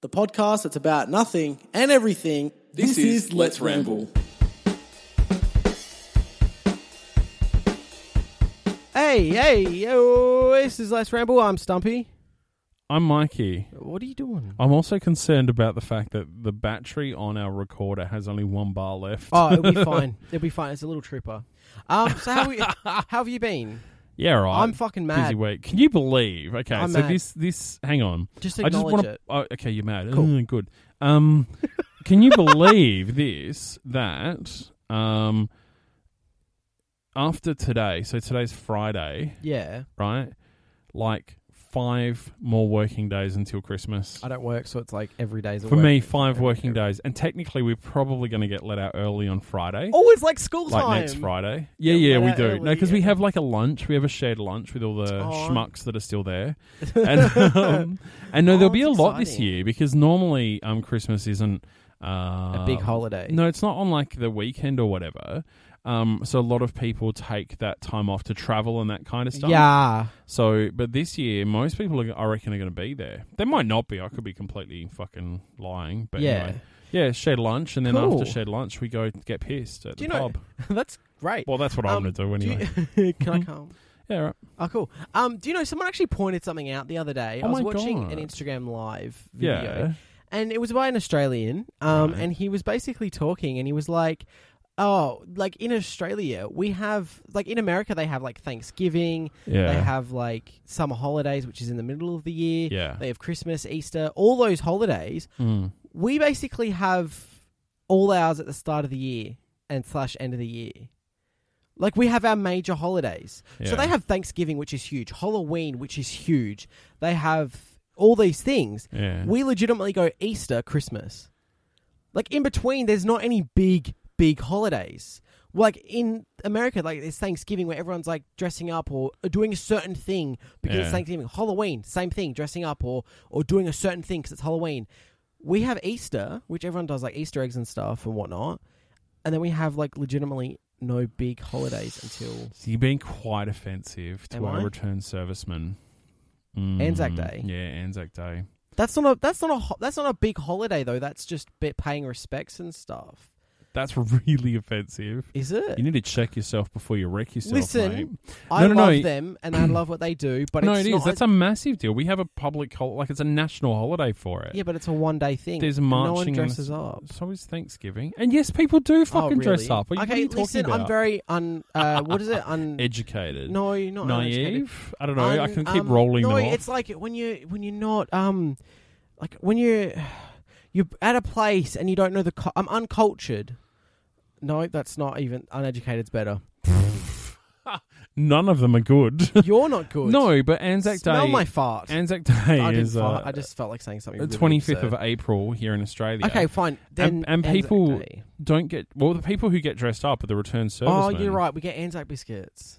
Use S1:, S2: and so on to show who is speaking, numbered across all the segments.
S1: the podcast that's about nothing and everything.
S2: This is Let's Ramble.
S1: Hey, hey, yo, this is Let's Ramble. I'm Stumpy.
S3: I'm Mikey.
S1: What are you doing?
S3: I'm also concerned about the fact that the battery on our recorder has only one bar left.
S1: Oh, it'll be fine. It'll be fine. It's a little trooper. Um, so how, we, how have you been?
S3: yeah, right.
S1: I'm fucking mad.
S3: Busy week. Can you believe? Okay,
S1: I'm
S3: so
S1: mad.
S3: this this hang on.
S1: Just
S3: I just
S1: acknowledge
S3: wanna-
S1: it.
S3: Oh, okay, you're mad.
S1: Cool.
S3: Uh, good. Um, can you believe this? That um, after today, so today's Friday,
S1: Yeah,
S3: right? Like five more working days until Christmas.
S1: I don't work, so it's like every day's a
S3: For
S1: work-
S3: me, five
S1: every-
S3: working
S1: every-
S3: days, and technically, we're probably going to get let out early on Friday.
S1: Oh, it's like school
S3: like
S1: time.
S3: next Friday. Yeah,
S1: Yeah,
S3: yeah,
S1: why
S3: we
S1: not
S3: do. No, 'cause
S1: early?
S3: no, because we have like a lunch. We have a shared lunch with all the
S1: Oh.
S3: schmucks that are still there. And, um, and no,
S1: Oh,
S3: there'll be a
S1: that's
S3: lot this
S1: exciting.
S3: year because normally um, Christmas isn't uh, a
S1: A big holiday.
S3: No, it's not on like the weekend or whatever. Um, so a lot of people take that time off to travel and that kind of stuff.
S1: Yeah.
S3: So, but this year, most people are, I reckon are going to be there. They might not be. I could be completely fucking lying. But
S1: Yeah.
S3: anyway. yeah, shared lunch, and then
S1: Cool.
S3: after shared lunch, we go get pissed at
S1: Do
S3: the
S1: you know-
S3: pub.
S1: That's great.
S3: Well, that's what
S1: Um,
S3: I'm going to do
S1: Do you-
S3: anyway.
S1: can I come?
S3: yeah, right.
S1: Oh, cool. Um, do you know someone actually pointed something out the other day? I
S3: Oh
S1: was
S3: my
S1: watching
S3: God.
S1: an Instagram live video,
S3: Yeah.
S1: and it was by an Australian. Um,
S3: Right.
S1: and he was basically talking, and he was like, "Oh, like in Australia, we have like in America they have like Thanksgiving, they
S3: Yeah.
S1: have like summer holidays, which is in the middle of the year.
S3: Yeah.
S1: They have Christmas, Easter, all those holidays.
S3: Mm.
S1: We basically have all ours at the start of the year and slash end of the year." Like we have our major holidays. So
S3: Yeah.
S1: they have Thanksgiving, which is huge, Halloween, which is huge. They have all these things.
S3: Yeah.
S1: We legitimately go Easter, Christmas. Like in between, there's not any big, big holidays. Like in America, like it's Thanksgiving where everyone's like dressing up or doing a certain thing because it's
S3: Yeah.
S1: Thanksgiving. Halloween, same thing, dressing up or or doing a certain thing because it's Halloween. We have Easter, which everyone does like Easter eggs and stuff and whatnot, and then we have like legitimately no big holidays until
S3: So you're being quite offensive to
S1: Am
S3: our
S1: I?
S3: returned servicemen. Mm.
S1: Anzac Day.
S3: Yeah, Anzac Day.
S1: That's not a that's not a ho- that's not a big holiday though. That's just bit paying respects and stuff.
S3: That's really offensive.
S1: Is it?
S3: You need to check yourself before you wreck yourself,
S1: Listen,
S3: mate.
S1: I
S3: no, no,
S1: love
S3: no.
S1: them and I love what they do, but
S3: no,
S1: it's
S3: it
S1: not.
S3: is. That's a massive deal. We have a public hol- like it's a national holiday for it.
S1: yeah, but it's a one day thing.
S3: There's
S1: and No one
S3: marching and-
S1: dresses up.
S3: So is Thanksgiving, and yes, people do
S1: Oh,
S3: fucking
S1: really?
S3: dress up. What,
S1: okay,
S3: okay, what are you talking
S1: listen,
S3: about?
S1: I'm very un. Uh, what is it? Un.
S3: educated,
S1: no, not uneducated.
S3: naive. I don't know. I
S1: Un-
S3: can keep
S1: um,
S3: rolling
S1: No,
S3: them off.
S1: it's like when you when you're not um, like when you you're at a place and you don't know the. cu- I'm uncultured. No, that's not even uneducated's better.
S3: None of them are good.
S1: You're not good.
S3: no, but Anzac
S1: Smell
S3: Day.
S1: my fart.
S3: Anzac Day
S1: I didn't
S3: is
S1: fart.
S3: uh,
S1: I just felt like saying something.
S3: the
S1: really
S3: twenty fifth
S1: absurd.
S3: of April here in Australia.
S1: Okay, fine. Then
S3: And- and
S1: Anzac
S3: people-
S1: Day.
S3: don't get well. The people who get dressed up are the return service.
S1: Oh, you're right. We get Anzac biscuits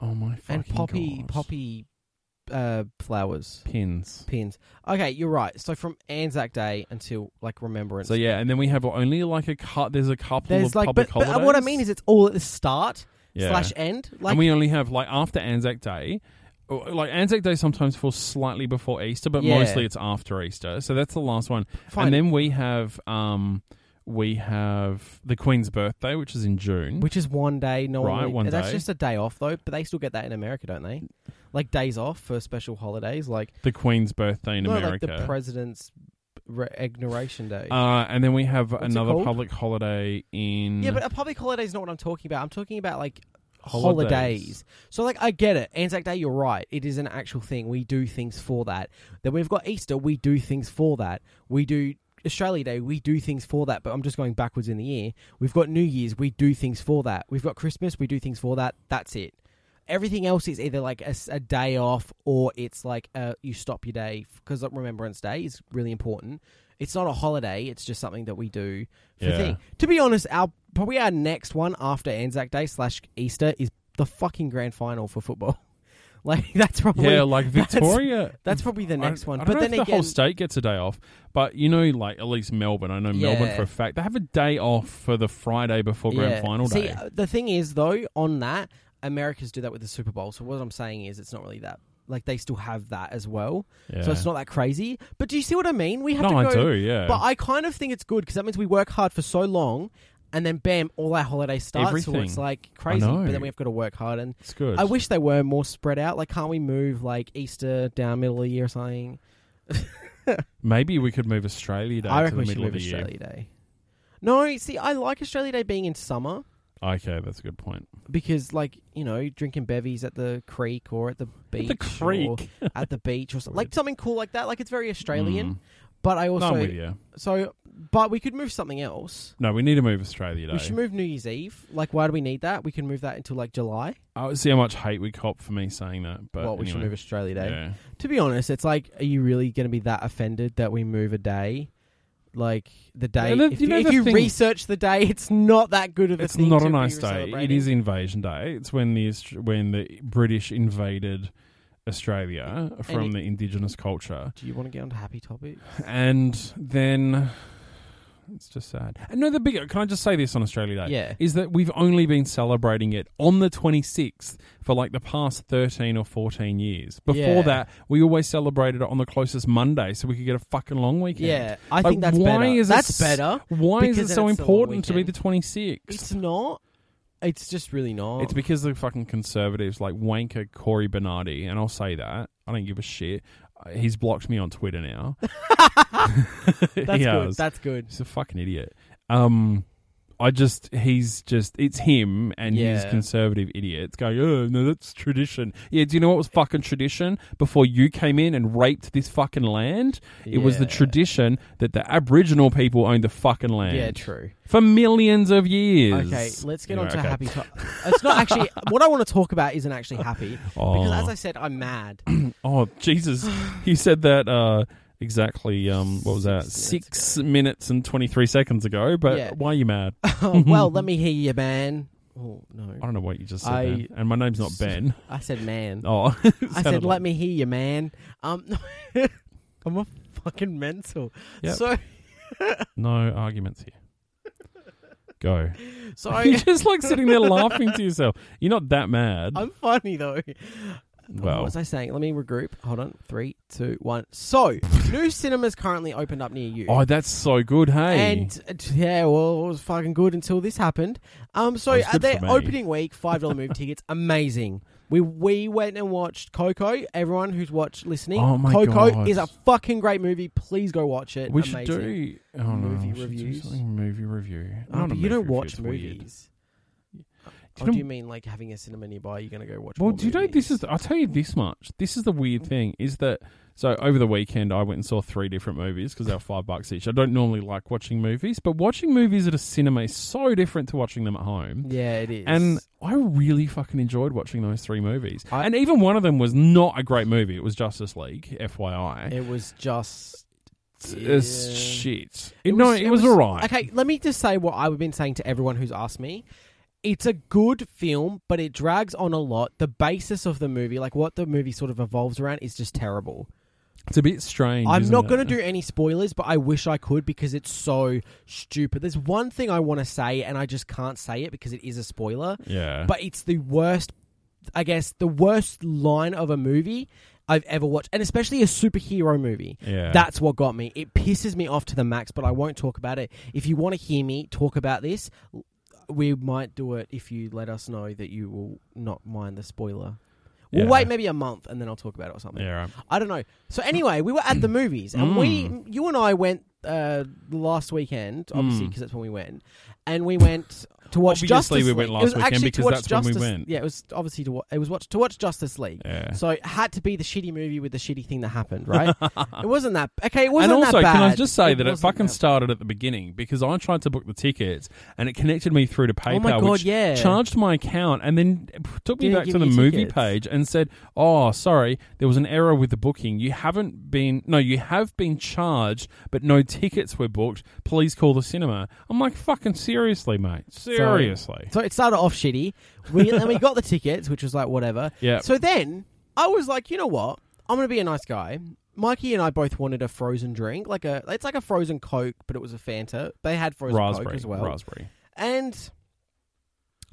S3: Oh my fucking
S1: and poppy
S3: God.
S1: poppy uh, flowers
S3: pins.
S1: pins. Okay, you're right. So from Anzac Day until like Remembrance.
S3: So yeah, and then we have only like a cut. There's a couple
S1: there's
S3: of
S1: like,
S3: public
S1: but, but what I
S3: holidays.
S1: mean is it's all at the start
S3: Yeah.
S1: slash end. Like,
S3: and we only have like after Anzac Day. or- Like Anzac Day sometimes falls slightly before Easter, but
S1: Yeah.
S3: mostly it's after Easter. So that's the last one.
S1: fine.
S3: And then we have um we have the Queen's birthday, which is in June.
S1: which is one day. No one
S3: Right,
S1: really-
S3: one
S1: That's
S3: day.
S1: just a day off though. But they still get that in America, don't they? Like days off for special holidays, like
S3: the Queen's birthday in
S1: no,
S3: America.
S1: like the president's re- inauguration day.
S3: uh, and then we have
S1: it
S3: another
S1: called?
S3: public holiday in
S1: Yeah, but uh, a public holiday is not what I'm talking about. I'm talking about like holidays.
S3: Holidays.
S1: So like I get it. Anzac Day, you're right. It is an actual thing. We do things for that. Then we've got Easter, we do things for that. We do Australia Day, we do things for that, but I'm just going backwards in the year. We've got New Year's, we do things for that. We've got Christmas, we do things for that. That's it. Everything else is either like a, s- a day off or it's like uh you stop your day because like Remembrance Day is really important. It's not a holiday, it's just something that we do for
S3: Yeah.
S1: thing. To be honest, our probably our next one after Anzac Day slash Easter is the fucking grand final for football. Like that's probably
S3: yeah, like
S1: that's-
S3: Victoria.
S1: that's probably the next
S3: I,
S1: one.
S3: I
S1: but
S3: don't know
S1: then
S3: if the
S1: again,
S3: whole state gets a day off, but you know, like at least Melbourne. I know Melbourne
S1: Yeah.
S3: for a fact they have a day off for the Friday before
S1: yeah.
S3: grand final
S1: See,
S3: day.
S1: uh, the thing is though, on that Americans do that with the Super Bowl. So what I'm saying is, it's not really that like they still have that as well.
S3: Yeah.
S1: So it's not that crazy. But do you see what I mean? We have
S3: no,
S1: to go
S3: I do. Yeah,
S1: But I kind of think it's good because that means we work hard for so long, and then bam, all our holiday starts. So
S3: Everything.
S1: it's like crazy.
S3: know.
S1: But then we have got to work hard, and
S3: it's good.
S1: I wish they were more spread out. Like, can't we move like Easter down middle of the year or something?
S3: Maybe we could move Australia Day
S1: I
S3: to
S1: reckon
S3: the
S1: we should
S3: middle of
S1: move
S3: the
S1: Australia Day. No, see, I like Australia Day being in summer
S3: year. Okay, that's a good point.
S1: because, like, you know, drinking bevies at the creek or at the beach,
S3: the
S1: or
S3: creek.
S1: at the beach, or something. like something cool like that. Like, it's very Australian.
S3: Mm.
S1: But I
S3: No,
S1: also
S3: I'm with you.
S1: so, but we could move something else.
S3: No, we need to move Australia Day.
S1: We should move New Year's Eve. Like, why do we need that? We can move that until like July.
S3: I would see how much hate we cop for me saying that. But
S1: well, we should
S3: anyway.
S1: move Australia Day.
S3: Yeah.
S1: To be honest, it's like, are you really going to be that offended that we move a day? Like the day,
S3: And then,
S1: if
S3: you
S1: you,
S3: know
S1: if
S3: the
S1: you
S3: thing-
S1: research the day, it's not that good of a
S3: It's
S1: thing
S3: not
S1: to
S3: a
S1: be
S3: nice day. It
S1: celebrating.
S3: is Invasion Day. It's when the Aust- when the British invaded Australia from
S1: it-
S3: the indigenous culture,
S1: Do you want to get on to happy topics?
S3: and then it's just sad. And no, the bigger. Can I just say this on Australia Day?
S1: Yeah.
S3: is that we've only been celebrating it on the 26th for like the past 13 or 14 years. Before
S1: Yeah.
S3: that, we always celebrated it on the closest Monday so we could get a fucking long weekend.
S1: Yeah, I
S3: Like,
S1: think that's
S3: why
S1: better.
S3: Is
S1: that's
S3: it, s-
S1: better.
S3: Why is it
S1: because
S3: so
S1: then it's a long
S3: important to be the
S1: weekend.
S3: 26th?
S1: It's not. It's just really not.
S3: It's because the fucking conservatives like wanker Corey Bernardi, and I'll say that I don't give a shit. Uh, He's blocked me on Twitter now.
S1: that's
S3: He
S1: good.
S3: has.
S1: That's good.
S3: He's a fucking idiot. Um, I just he's just it's him and his
S1: Yeah.
S3: conservative idiots going. Oh no, that's tradition. Yeah, do you know what was fucking tradition before you came in and raped this fucking land? It was the
S1: Yeah.
S3: tradition that the Aboriginal people owned the fucking land.
S1: Yeah, true.
S3: For millions of years.
S1: Okay, let's get
S3: Anyway,
S1: on to
S3: okay.
S1: happy. To- it's not actually what I want to talk about. Isn't actually happy because, as I said, I'm mad.
S3: Oh Jesus! he said that uh, exactly. Um, what was that?
S1: Six minutes
S3: Six minutes and twenty three seconds ago. But
S1: Yeah.
S3: why are you mad? I
S1: Oh, well, let me hear you, man. Oh no,
S3: don't know what you just said.
S1: I-
S3: man. And my name's not Ben.
S1: I said man.
S3: Oh,
S1: I said let me hear you, man. Um, I'm a fucking mental.
S3: Yep.
S1: So
S3: No arguments here. Go.
S1: so
S3: You're just like sitting there laughing to yourself. You're not that mad.
S1: I'm funny though. what
S3: well,
S1: was I saying? Let me regroup. Hold on. Three, two, one. So new cinemas currently opened up near you.
S3: oh, that's so good. Hey,
S1: And uh, t- yeah, well, it was fucking good until this happened. Um, so
S3: Oh, it's
S1: at
S3: good
S1: their
S3: for me.
S1: opening week, five dollar movie tickets, amazing. We we went and watched Coco. Everyone who's watched listening,
S3: Oh my
S1: Coco
S3: God.
S1: is a fucking great movie. Please go watch it.
S3: we
S1: amazing.
S3: should do. Oh, no,
S1: Movie
S3: we should do
S1: reviews.
S3: something movie review.
S1: Oh,
S3: Not
S1: but
S3: a movie
S1: you don't
S3: review,
S1: watch
S3: it's weird.
S1: movies.
S3: You
S1: Or
S3: don't-
S1: do you mean like having a cinema nearby? You're gonna go watch.
S3: Well,
S1: more
S3: do you know
S1: movies?
S3: this is? I'll tell you this much. This is the weird
S1: Mm.
S3: thing is that so over the weekend I went and saw three different movies because they were five bucks each. I don't normally like watching movies, but watching movies at a cinema is so different to watching them at home.
S1: Yeah, it is.
S3: And I really fucking enjoyed watching those three movies.
S1: I-
S3: and even one of them was not a great movie. It was Justice League, FYI.
S1: it was just.
S3: It's- it's
S1: yeah.
S3: shit. no, it, was, alright.
S1: Okay, let me just say what I've been saying to everyone who's asked me. It's a good film, but it drags on a lot. The basis of the movie, like what the movie sort of evolves around, is just terrible.
S3: It's a bit strange.
S1: I'm
S3: isn't
S1: not
S3: it?
S1: going to do any spoilers, but I wish I could because it's so stupid. There's one thing I want to say, and I just can't say it because it is a spoiler.
S3: Yeah,
S1: But it's the worst, I guess, the worst line of a movie I've ever watched, and especially a superhero movie.
S3: yeah.
S1: That's what got me. It pisses me off to the max, but I won't talk about it. If you want to hear me talk about this, l- we might do it if you let us know that you will not mind the spoiler. We'll
S3: Yeah.
S1: wait maybe a month and then I'll talk about it or something.
S3: yeah. Right.
S1: I don't know. So anyway, we were at the movies and we, you and I went uh, last weekend, obviously
S3: Mm.
S1: because that's when we went, and we went to watch
S3: Obviously,
S1: Justice
S3: we
S1: League.
S3: went
S1: It
S3: last
S1: was
S3: weekend
S1: actually to
S3: because
S1: watch
S3: that's when we
S1: Justice-
S3: went.
S1: Yeah, it was obviously to wa- it was watch to watch Justice League.
S3: Yeah.
S1: So it had to be the shitty movie with the shitty thing that happened, right? it wasn't that okay. It wasn't
S3: and also,
S1: that bad.
S3: can I just say that it
S1: wasn't
S3: fucking
S1: that-
S3: started at the beginning because I tried to book the tickets and it connected me through to PayPal,
S1: Oh my God,
S3: which
S1: yeah.
S3: charged my account and then took me
S1: Didn't
S3: back
S1: give
S3: to the
S1: you
S3: movie
S1: tickets.
S3: page and said, "Oh, sorry, there was an error with the booking. You haven't been no, you have been charged, but no tickets were booked. Please call the cinema." I'm like, "Fucking seriously, mate, seriously."
S1: So it started off shitty. We and we got the tickets, which was like whatever.
S3: Yeah.
S1: So then I was like, you know what? I'm gonna be a nice guy. Mikey and I both wanted a frozen drink, like a it's like a frozen Coke, but it was a Fanta. They had frozen
S3: raspberry,
S1: Coke as well.
S3: raspberry.
S1: And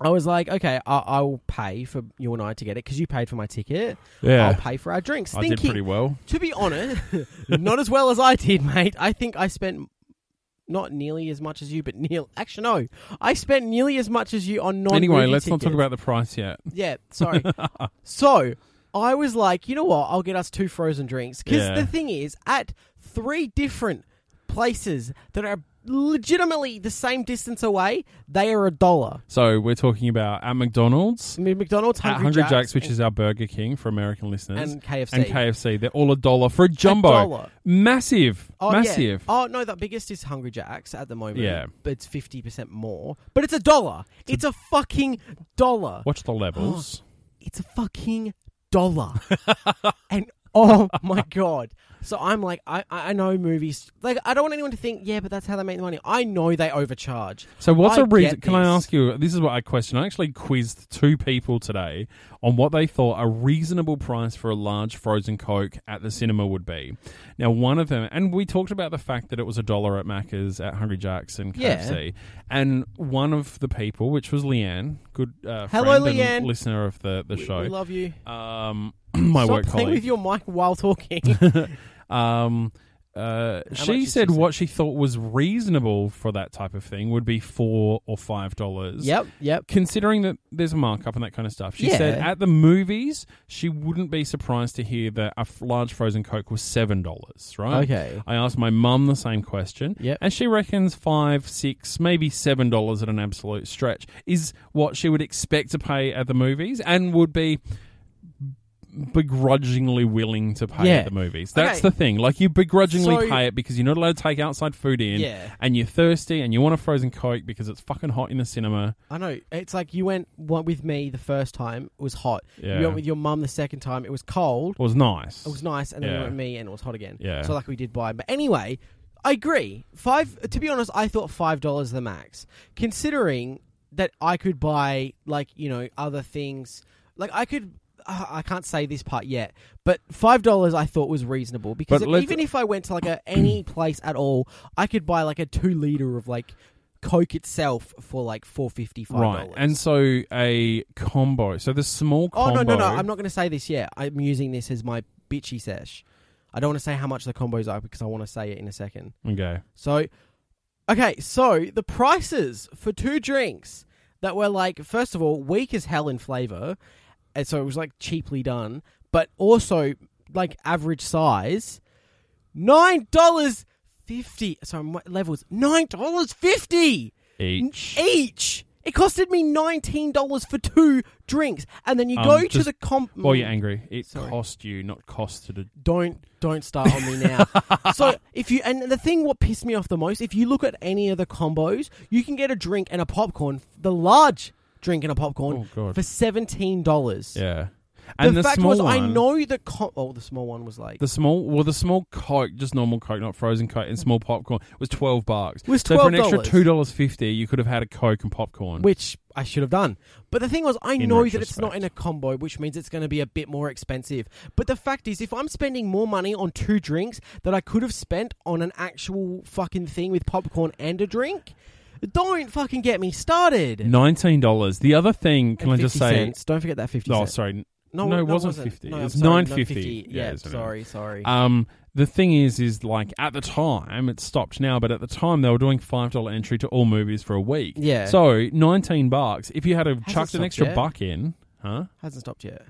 S1: I was like, okay, I- I'll pay for you and I to get it because you paid for my ticket.
S3: Yeah.
S1: I'll pay for our drinks.
S3: I
S1: thinking,
S3: did pretty well.
S1: to be honest, not as well as I did, mate. I think I spent not nearly as much as you, but nearly. Actually, no, I spent nearly as much as you on non.
S3: Anyway, let's not talk about the price yet.
S1: Yeah, sorry. so I was like, you know what? I'll get us two frozen drinks because
S3: Yeah.
S1: the thing is, at three different places that are legitimately the same distance away, they are a dollar.
S3: So we're talking about at McDonald's,
S1: I mean, McDonald's,
S3: at
S1: Hungry,
S3: Hungry Jack's,
S1: Jacks,
S3: which is our Burger King for American listeners,
S1: and KFC.
S3: and KFC. They're all a dollar for a jumbo.
S1: dollar.
S3: Massive.
S1: Oh, yeah.
S3: massive.
S1: Oh no, the biggest is Hungry Jack's at the moment.
S3: Yeah.
S1: but it's fifty percent more. But it's a dollar. It's a fucking dollar.
S3: Watch the levels.
S1: It's a fucking dollar. and oh my god. So I'm like, I I I know movies. Like I don't want anyone to think, yeah, but that's how they make the money. I know they overcharge.
S3: So what's
S1: I
S3: a
S1: get
S3: reason? Can I
S1: this.
S3: ask you? This is what I question. I actually quizzed two people today on what they thought a reasonable price for a large frozen Coke at the cinema would be. Now, one of them, and we talked about the fact that it was a dollar at Macca's, at Hungry Jack's, and
S1: Yeah.
S3: KFC. And one of the people, which was Leanne, good uh,
S1: Hello,
S3: friend and
S1: Leanne.
S3: listener of the the show,
S1: We love you.
S3: um, my
S1: Stop
S3: work
S1: playing
S3: colleague.
S1: with your mic while talking.
S3: Um, uh,
S1: much
S3: she
S1: did
S3: said
S1: she say?
S3: what she thought was reasonable for that type of thing would be four or five dollars.
S1: yep, yep.
S3: Considering that there's a markup and that kind of stuff, she
S1: Yeah.
S3: said at the movies she wouldn't be surprised to hear that a f- large frozen coke was seven dollars. Right?
S1: Okay.
S3: I asked my mum the same question,
S1: Yep.
S3: and she reckons five, six, maybe seven dollars at an absolute stretch is what she would expect to pay at the movies, and would be begrudgingly willing to pay
S1: Yeah.
S3: at the movies. That's
S1: Okay.
S3: the thing. Like you begrudgingly
S1: So-
S3: pay it because you're not allowed to take outside food in,
S1: Yeah.
S3: and you're thirsty and you want a frozen coke because it's fucking hot in the cinema.
S1: I know. It's like you went one with me the first time, it was hot.
S3: Yeah.
S1: You went with your mum the second time, it was cold.
S3: It was nice.
S1: It was nice, and then
S3: Yeah.
S1: it went me, and it was hot again.
S3: Yeah.
S1: So like we did buy, but anyway, I agree. Five. To be honest, I thought five dollars the max, considering that I could buy like you know other things. Like I could. uh, I can't say this part yet, but five dollars I thought was reasonable because
S3: But
S1: if-
S3: let's-
S1: even if I went to like a, any place at all, I could buy like a two liter of like Coke itself for like four fifty five
S3: Right,
S1: dollars.
S3: and so a combo. So the small
S1: Oh
S3: combo.
S1: no no no! I'm not going to say this yet. I'm using this as my bitchy sesh. I don't want to say how much the combos are because I want to say it in a second.
S3: Okay.
S1: So, okay, so the prices for two drinks that were like, first of all, weak as hell in flavor, and so it was like cheaply done, but also like average size, nine dollars fifty. Sorry, my levels nine dollars fifty
S3: Each.
S1: each. It costed me nineteen dollars for two drinks, and then you
S3: Um,
S1: go to
S3: just-
S1: the comp.
S3: Well, you're angry. It
S1: Sorry.
S3: cost you, not costed. A,
S1: Don't don't start on me now. so if you and the thing what pissed me off the most, if you look at any of the combos, you can get a drink and a popcorn, the large drink and a
S3: Oh,
S1: popcorn
S3: God.
S1: for seventeen dollars.
S3: yeah.
S1: The,
S3: And the,
S1: fact
S3: small
S1: was, I
S3: one-
S1: know the com- oh the small one was like
S3: The small, well, the small Coke, just normal Coke, not frozen Coke, and small popcorn was twelve bucks.
S1: Was
S3: so for an extra
S1: $12.
S3: two dollars fifty, you could have had a Coke and popcorn.
S1: which I should have done. But the thing was, I
S3: In
S1: know that it's
S3: retrospect.
S1: not in a combo, which means it's going to be a bit more expensive. But the fact is, if I'm spending more money on two drinks that I could have spent on an actual fucking thing with popcorn and a drink, don't fucking get me started.
S3: Nineteen dollars. The other thing, can I
S1: And
S3: just
S1: 50
S3: say?
S1: cents. Don't forget that fifty.
S3: Oh,
S1: cents.
S3: sorry.
S1: No,
S3: no, it
S1: no,
S3: wasn't 50.
S1: No,
S3: It
S1: I'm
S3: was
S1: sorry, not
S3: 9.50.
S1: 50.
S3: Yeah,
S1: Yeah,
S3: it's okay.
S1: sorry, sorry.
S3: Um, the thing is, is like at the time it stopped now, but at the time they were doing five dollar entry to all movies for a week.
S1: Yeah.
S3: So nineteen bucks. If you had have
S1: it
S3: chucked an
S1: stopped
S3: extra
S1: yet?
S3: buck in, huh?
S1: Hasn't stopped yet.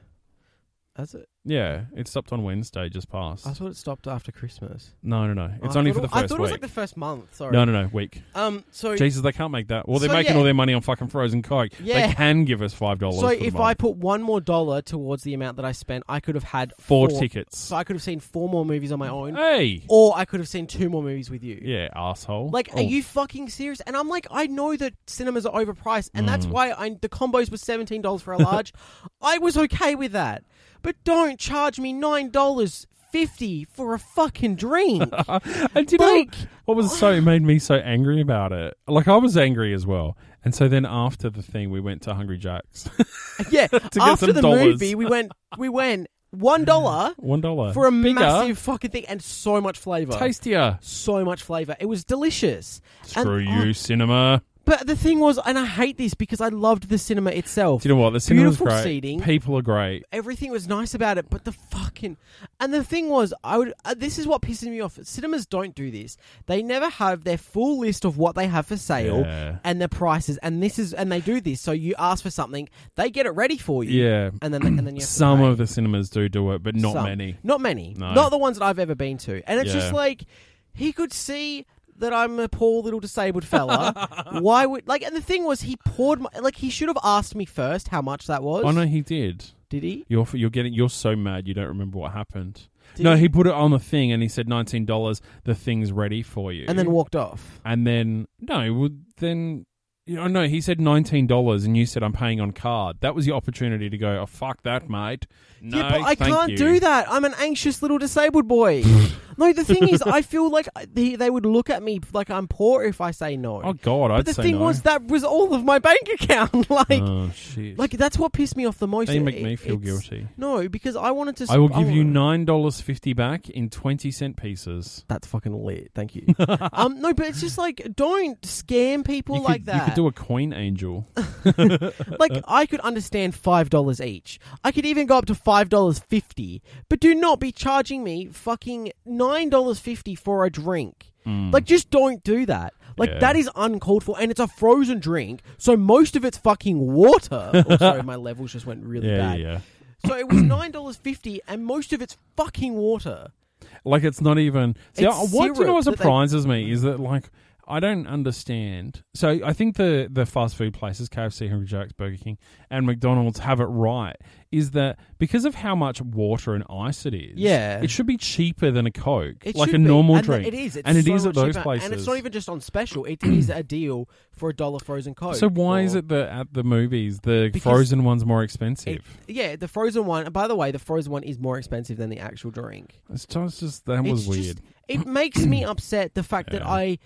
S1: Has it?
S3: Yeah, it stopped on Wednesday, just past.
S1: I thought it stopped after Christmas.
S3: No, no, no. It's
S1: Oh, I
S3: only for
S1: thought it-
S3: the first
S1: I thought it
S3: week.
S1: was like the first month. Sorry.
S3: no, no, no. Week.
S1: Um. So
S3: Jesus, they can't make that. Well, they're
S1: So,
S3: making
S1: yeah.
S3: all their money on fucking frozen coke.
S1: Yeah.
S3: They can give us five dollars.
S1: So if I put one more dollar towards the amount that I spent, I could have had
S3: four, tickets,
S1: So I could have seen four more movies on my own,
S3: hey,
S1: or I could have seen two more movies with you.
S3: yeah, asshole.
S1: Like,
S3: Oh,
S1: are you fucking serious? And I'm like, I know that cinemas are overpriced, and
S3: Mm.
S1: that's why I the combos were seventeen dollars for a large. I was okay with that, but don't charge me nine dollars fifty for a fucking drink.
S3: And do you
S1: like-
S3: know what was so it made me so angry about it? Like I was angry as well. And so then after the thing, we went to Hungry Jack's.
S1: yeah.
S3: get
S1: After
S3: some
S1: the
S3: dollars.
S1: movie, we went we went one dollar
S3: One dollar
S1: for a
S3: Bigger,
S1: massive fucking thing and so much flavor.
S3: tastier.
S1: so much flavor. It was delicious.
S3: Screw
S1: and,
S3: you, cinema.
S1: Oh, But the thing was, and I hate this because I loved the cinema itself.
S3: Do you know what? The cinema's
S1: Beautiful
S3: great.
S1: seating.
S3: People are great.
S1: Everything was nice about it, but the fucking and the thing was, I would. Uh, this is what pisses me off. Cinemas don't do this. They never have their full list of what they have for sale
S3: Yeah.
S1: and their prices, and this is and they do this. So you ask for something, they get it ready for you,
S3: Yeah.
S1: and then and then you have to
S3: Some
S1: pay.
S3: of the cinemas do do it, but not
S1: Some.
S3: many.
S1: Not many.
S3: No.
S1: Not the ones that I've ever been to. And it's
S3: Yeah.
S1: just like he could see that I'm a poor little disabled fella. Why would like? And the thing was, he poured my like he should have asked me first how much that was.
S3: Oh no, he did.
S1: Did he?
S3: You're you're getting you're so mad you don't remember what happened.
S1: Did
S3: no, he put it on the thing and he said nineteen dollars. The thing's ready for you.
S1: And then walked off.
S3: and then no, well, then you know, no, he said nineteen dollars, and you said I'm paying on card. That was your opportunity to go. Oh fuck that, mate. No,
S1: yeah, but I
S3: thank
S1: can't
S3: you.
S1: do that. I'm an anxious little disabled boy. no, the thing
S3: Oh,
S1: is, I feel like I- they, they would look at me like I'm poor if I say no.
S3: Oh god,
S1: but
S3: I'd
S1: the
S3: say
S1: thing
S3: no.
S1: was, that was all of my bank account. like,
S3: oh shit.
S1: like that's what pissed me off the most.
S3: Now you
S1: It-
S3: make me
S1: it-
S3: feel
S1: it's-
S3: guilty.
S1: No, because I wanted to.
S3: I will
S1: sp-
S3: give you
S1: wanna-
S3: nine dollars fifty back in twenty cent pieces.
S1: That's fucking lit. Thank you. um, no, but it's just like don't scam people
S3: you could,
S1: like
S3: You could
S1: that.
S3: do uh, a coin angel.
S1: like I could understand five dollars each. I could even go up to five dollars fifty, but do not be charging me fucking nine dollars fifty for a drink.
S3: Hmm.
S1: Like just don't do that. Like
S3: Yeah.
S1: that is uncalled for, and it's a frozen drink, so most of it's fucking water. oh, sorry, my levels just went really
S3: yeah,
S1: bad.
S3: yeah, yeah.
S1: So it was nine dollars fifty, and most of it's fucking water.
S3: Like it's not even. See,
S1: It's
S3: I- what do you know
S1: syrup
S3: what
S1: that they-
S3: surprises me is that like I don't understand. So I think the the fast food places, KFC, Hungry Jack's, Burger King, and McDonald's have it right. Is that because of how much water and ice it is?
S1: Yeah.
S3: it should be cheaper than a Coke,
S1: It
S3: like
S1: should
S3: a
S1: be.
S3: normal
S1: and
S3: drink.
S1: It is, it's
S3: and it
S1: so
S3: is at
S1: much
S3: those
S1: cheaper,
S3: places.
S1: and it's not even just on special. It is a deal for a dollar frozen coke.
S3: so why is
S1: or-
S3: it that at the movies the
S1: Because
S3: frozen one's more
S1: it-
S3: expensive?
S1: yeah, the frozen one. And by the way, the frozen one is more expensive than the actual drink.
S3: it's just, it's just that was
S1: it's
S3: weird.
S1: Just, it makes me upset the fact that
S3: Yeah.
S1: I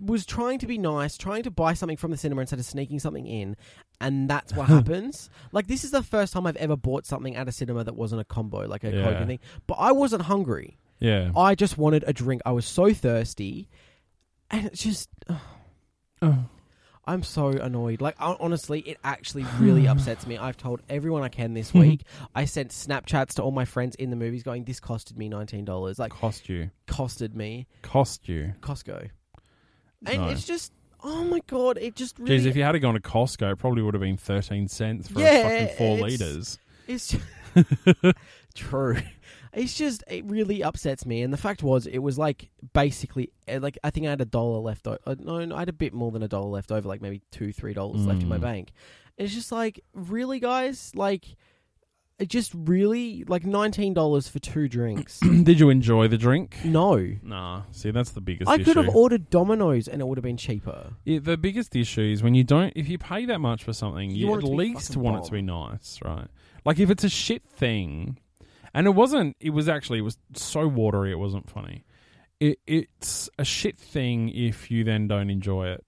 S1: was trying to be nice, trying to buy something from the cinema instead of sneaking something in, and that's what happens. Like this is the first time I've ever bought something at a cinema that wasn't a combo, like a coke
S3: Yeah.
S1: and thing. But I wasn't hungry.
S3: yeah.
S1: I just wanted a drink. I was so thirsty, and it's just.
S3: Oh.
S1: I'm so annoyed. Like hon- honestly, it actually really upsets me. I've told everyone I can this week. I sent Snapchats to all my friends in the movies, going, "This costed me nineteen dollars. Like
S3: cost you,
S1: costed me
S3: cost you.
S1: Costco." And
S3: No.
S1: it's just, oh my god, it just really.
S3: Jeez, if you had gone to Costco, it probably would have been thirteen cents for
S1: Yeah,
S3: fucking four
S1: it's-
S3: liters.
S1: It's ju- true. It's just it really upsets me. And the fact was, it was like basically eh, like I think I had a dollar left. O- uh, no, no, I had a bit more than a dollar left over, like maybe two, three dollars left in my
S3: Mm.
S1: bank. It's just like really, guys, like. It just really like nineteen dollars for two drinks.
S3: Did you enjoy the drink?
S1: no,
S3: Nah. See, that's the biggest.
S1: I
S3: issue.
S1: could have ordered Domino's and it would have been cheaper.
S3: Yeah, the biggest issue is when you don't. If you pay that much for something,
S1: You
S3: you,
S1: want
S3: at
S1: it to be
S3: least
S1: fucking
S3: want it to be nice, right? Like if it's a shit thing, and it wasn't. It was actually. It was so watery. It wasn't funny. It, it's a shit thing if you then don't enjoy it.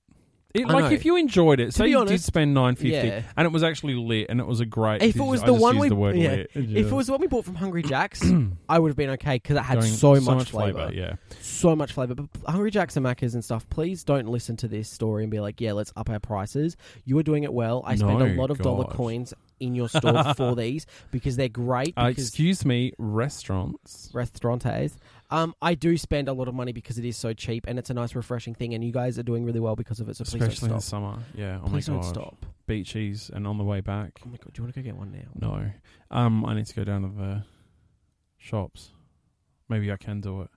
S3: It,
S1: I
S3: like
S1: know.
S3: if you enjoyed it, say
S1: be
S3: you did
S1: honest,
S3: spend nine fifty,
S1: yeah.
S3: and it was actually lit, and it was a great.
S1: If it
S3: did you-
S1: was
S3: I
S1: the
S3: just
S1: one
S3: used
S1: we-
S3: the word
S1: yeah.
S3: lit.
S1: If it was what we bought from Hungry Jack's, I would have been okay because it had
S3: Going-
S1: so, much, flavor.
S3: Yeah,
S1: so much flavor. But Hungry Jacks and Macca's and stuff, please don't listen to this story and be like, yeah, let's up our prices. You are doing it well. I spend a
S3: No,
S1: lot of dollar
S3: God.
S1: coins in your store for these because they're great.
S3: Uh,
S1: Because
S3: excuse me, restaurants.
S1: restaurantes. Um, I do spend a lot of money because it is so cheap and it's a nice, refreshing thing. And you guys are doing really well because of it. So please
S3: Especially in
S1: don't
S3: the
S1: stop.
S3: summer. Yeah. Oh
S1: please
S3: my
S1: don't
S3: god.
S1: stop.
S3: Beaches and on the way back.
S1: Oh my god, do you want to go get one now?
S3: No. Um, I need to go down to the shops. Maybe I can do it.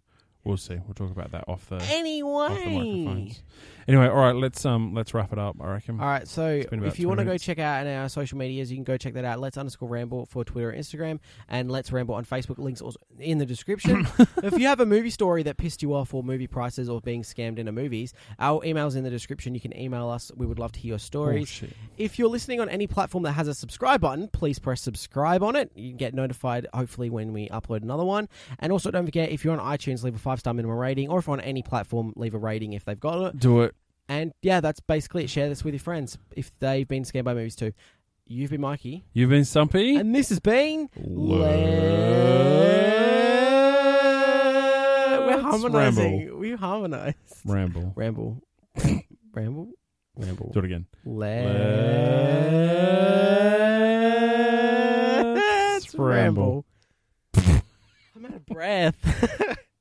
S3: We'll see. We'll talk about that off the, off the
S1: Anyway.
S3: microphones. Anyway, all right. Let's um let's wrap it up. I reckon.
S1: All right, so
S3: been about
S1: if you
S3: 20
S1: want to go
S3: minutes.
S1: check out our social medias, you can go check that out. Let's underscore ramble for Twitter and Instagram, and let's ramble on Facebook. Links also in the description. if you have a movie story that pissed you off, or movie prices, or being scammed into movies, our email's in the description. You can email us. We would love to hear your
S3: Oh,
S1: stories.
S3: shit.
S1: If you're listening on any platform that has a subscribe button, please press subscribe on it. You can get notified, hopefully, when we upload another one. And also, don't forget if you're on iTunes, leave a five star minimum rating, or if on any platform, leave a rating if they've got it.
S3: Do it.
S1: And yeah, that's basically it. Share this with your friends if they've been scammed by movies too. You've been Mikey,
S3: You've been Stumpy.
S1: and this has been.
S3: Let's
S1: We're harmonizing.
S3: Ramble.
S1: We harmonize.
S3: Ramble.
S1: Ramble. Ramble. Ramble.
S3: Do it again.
S1: Let's
S3: ramble.
S1: I'm out of breath.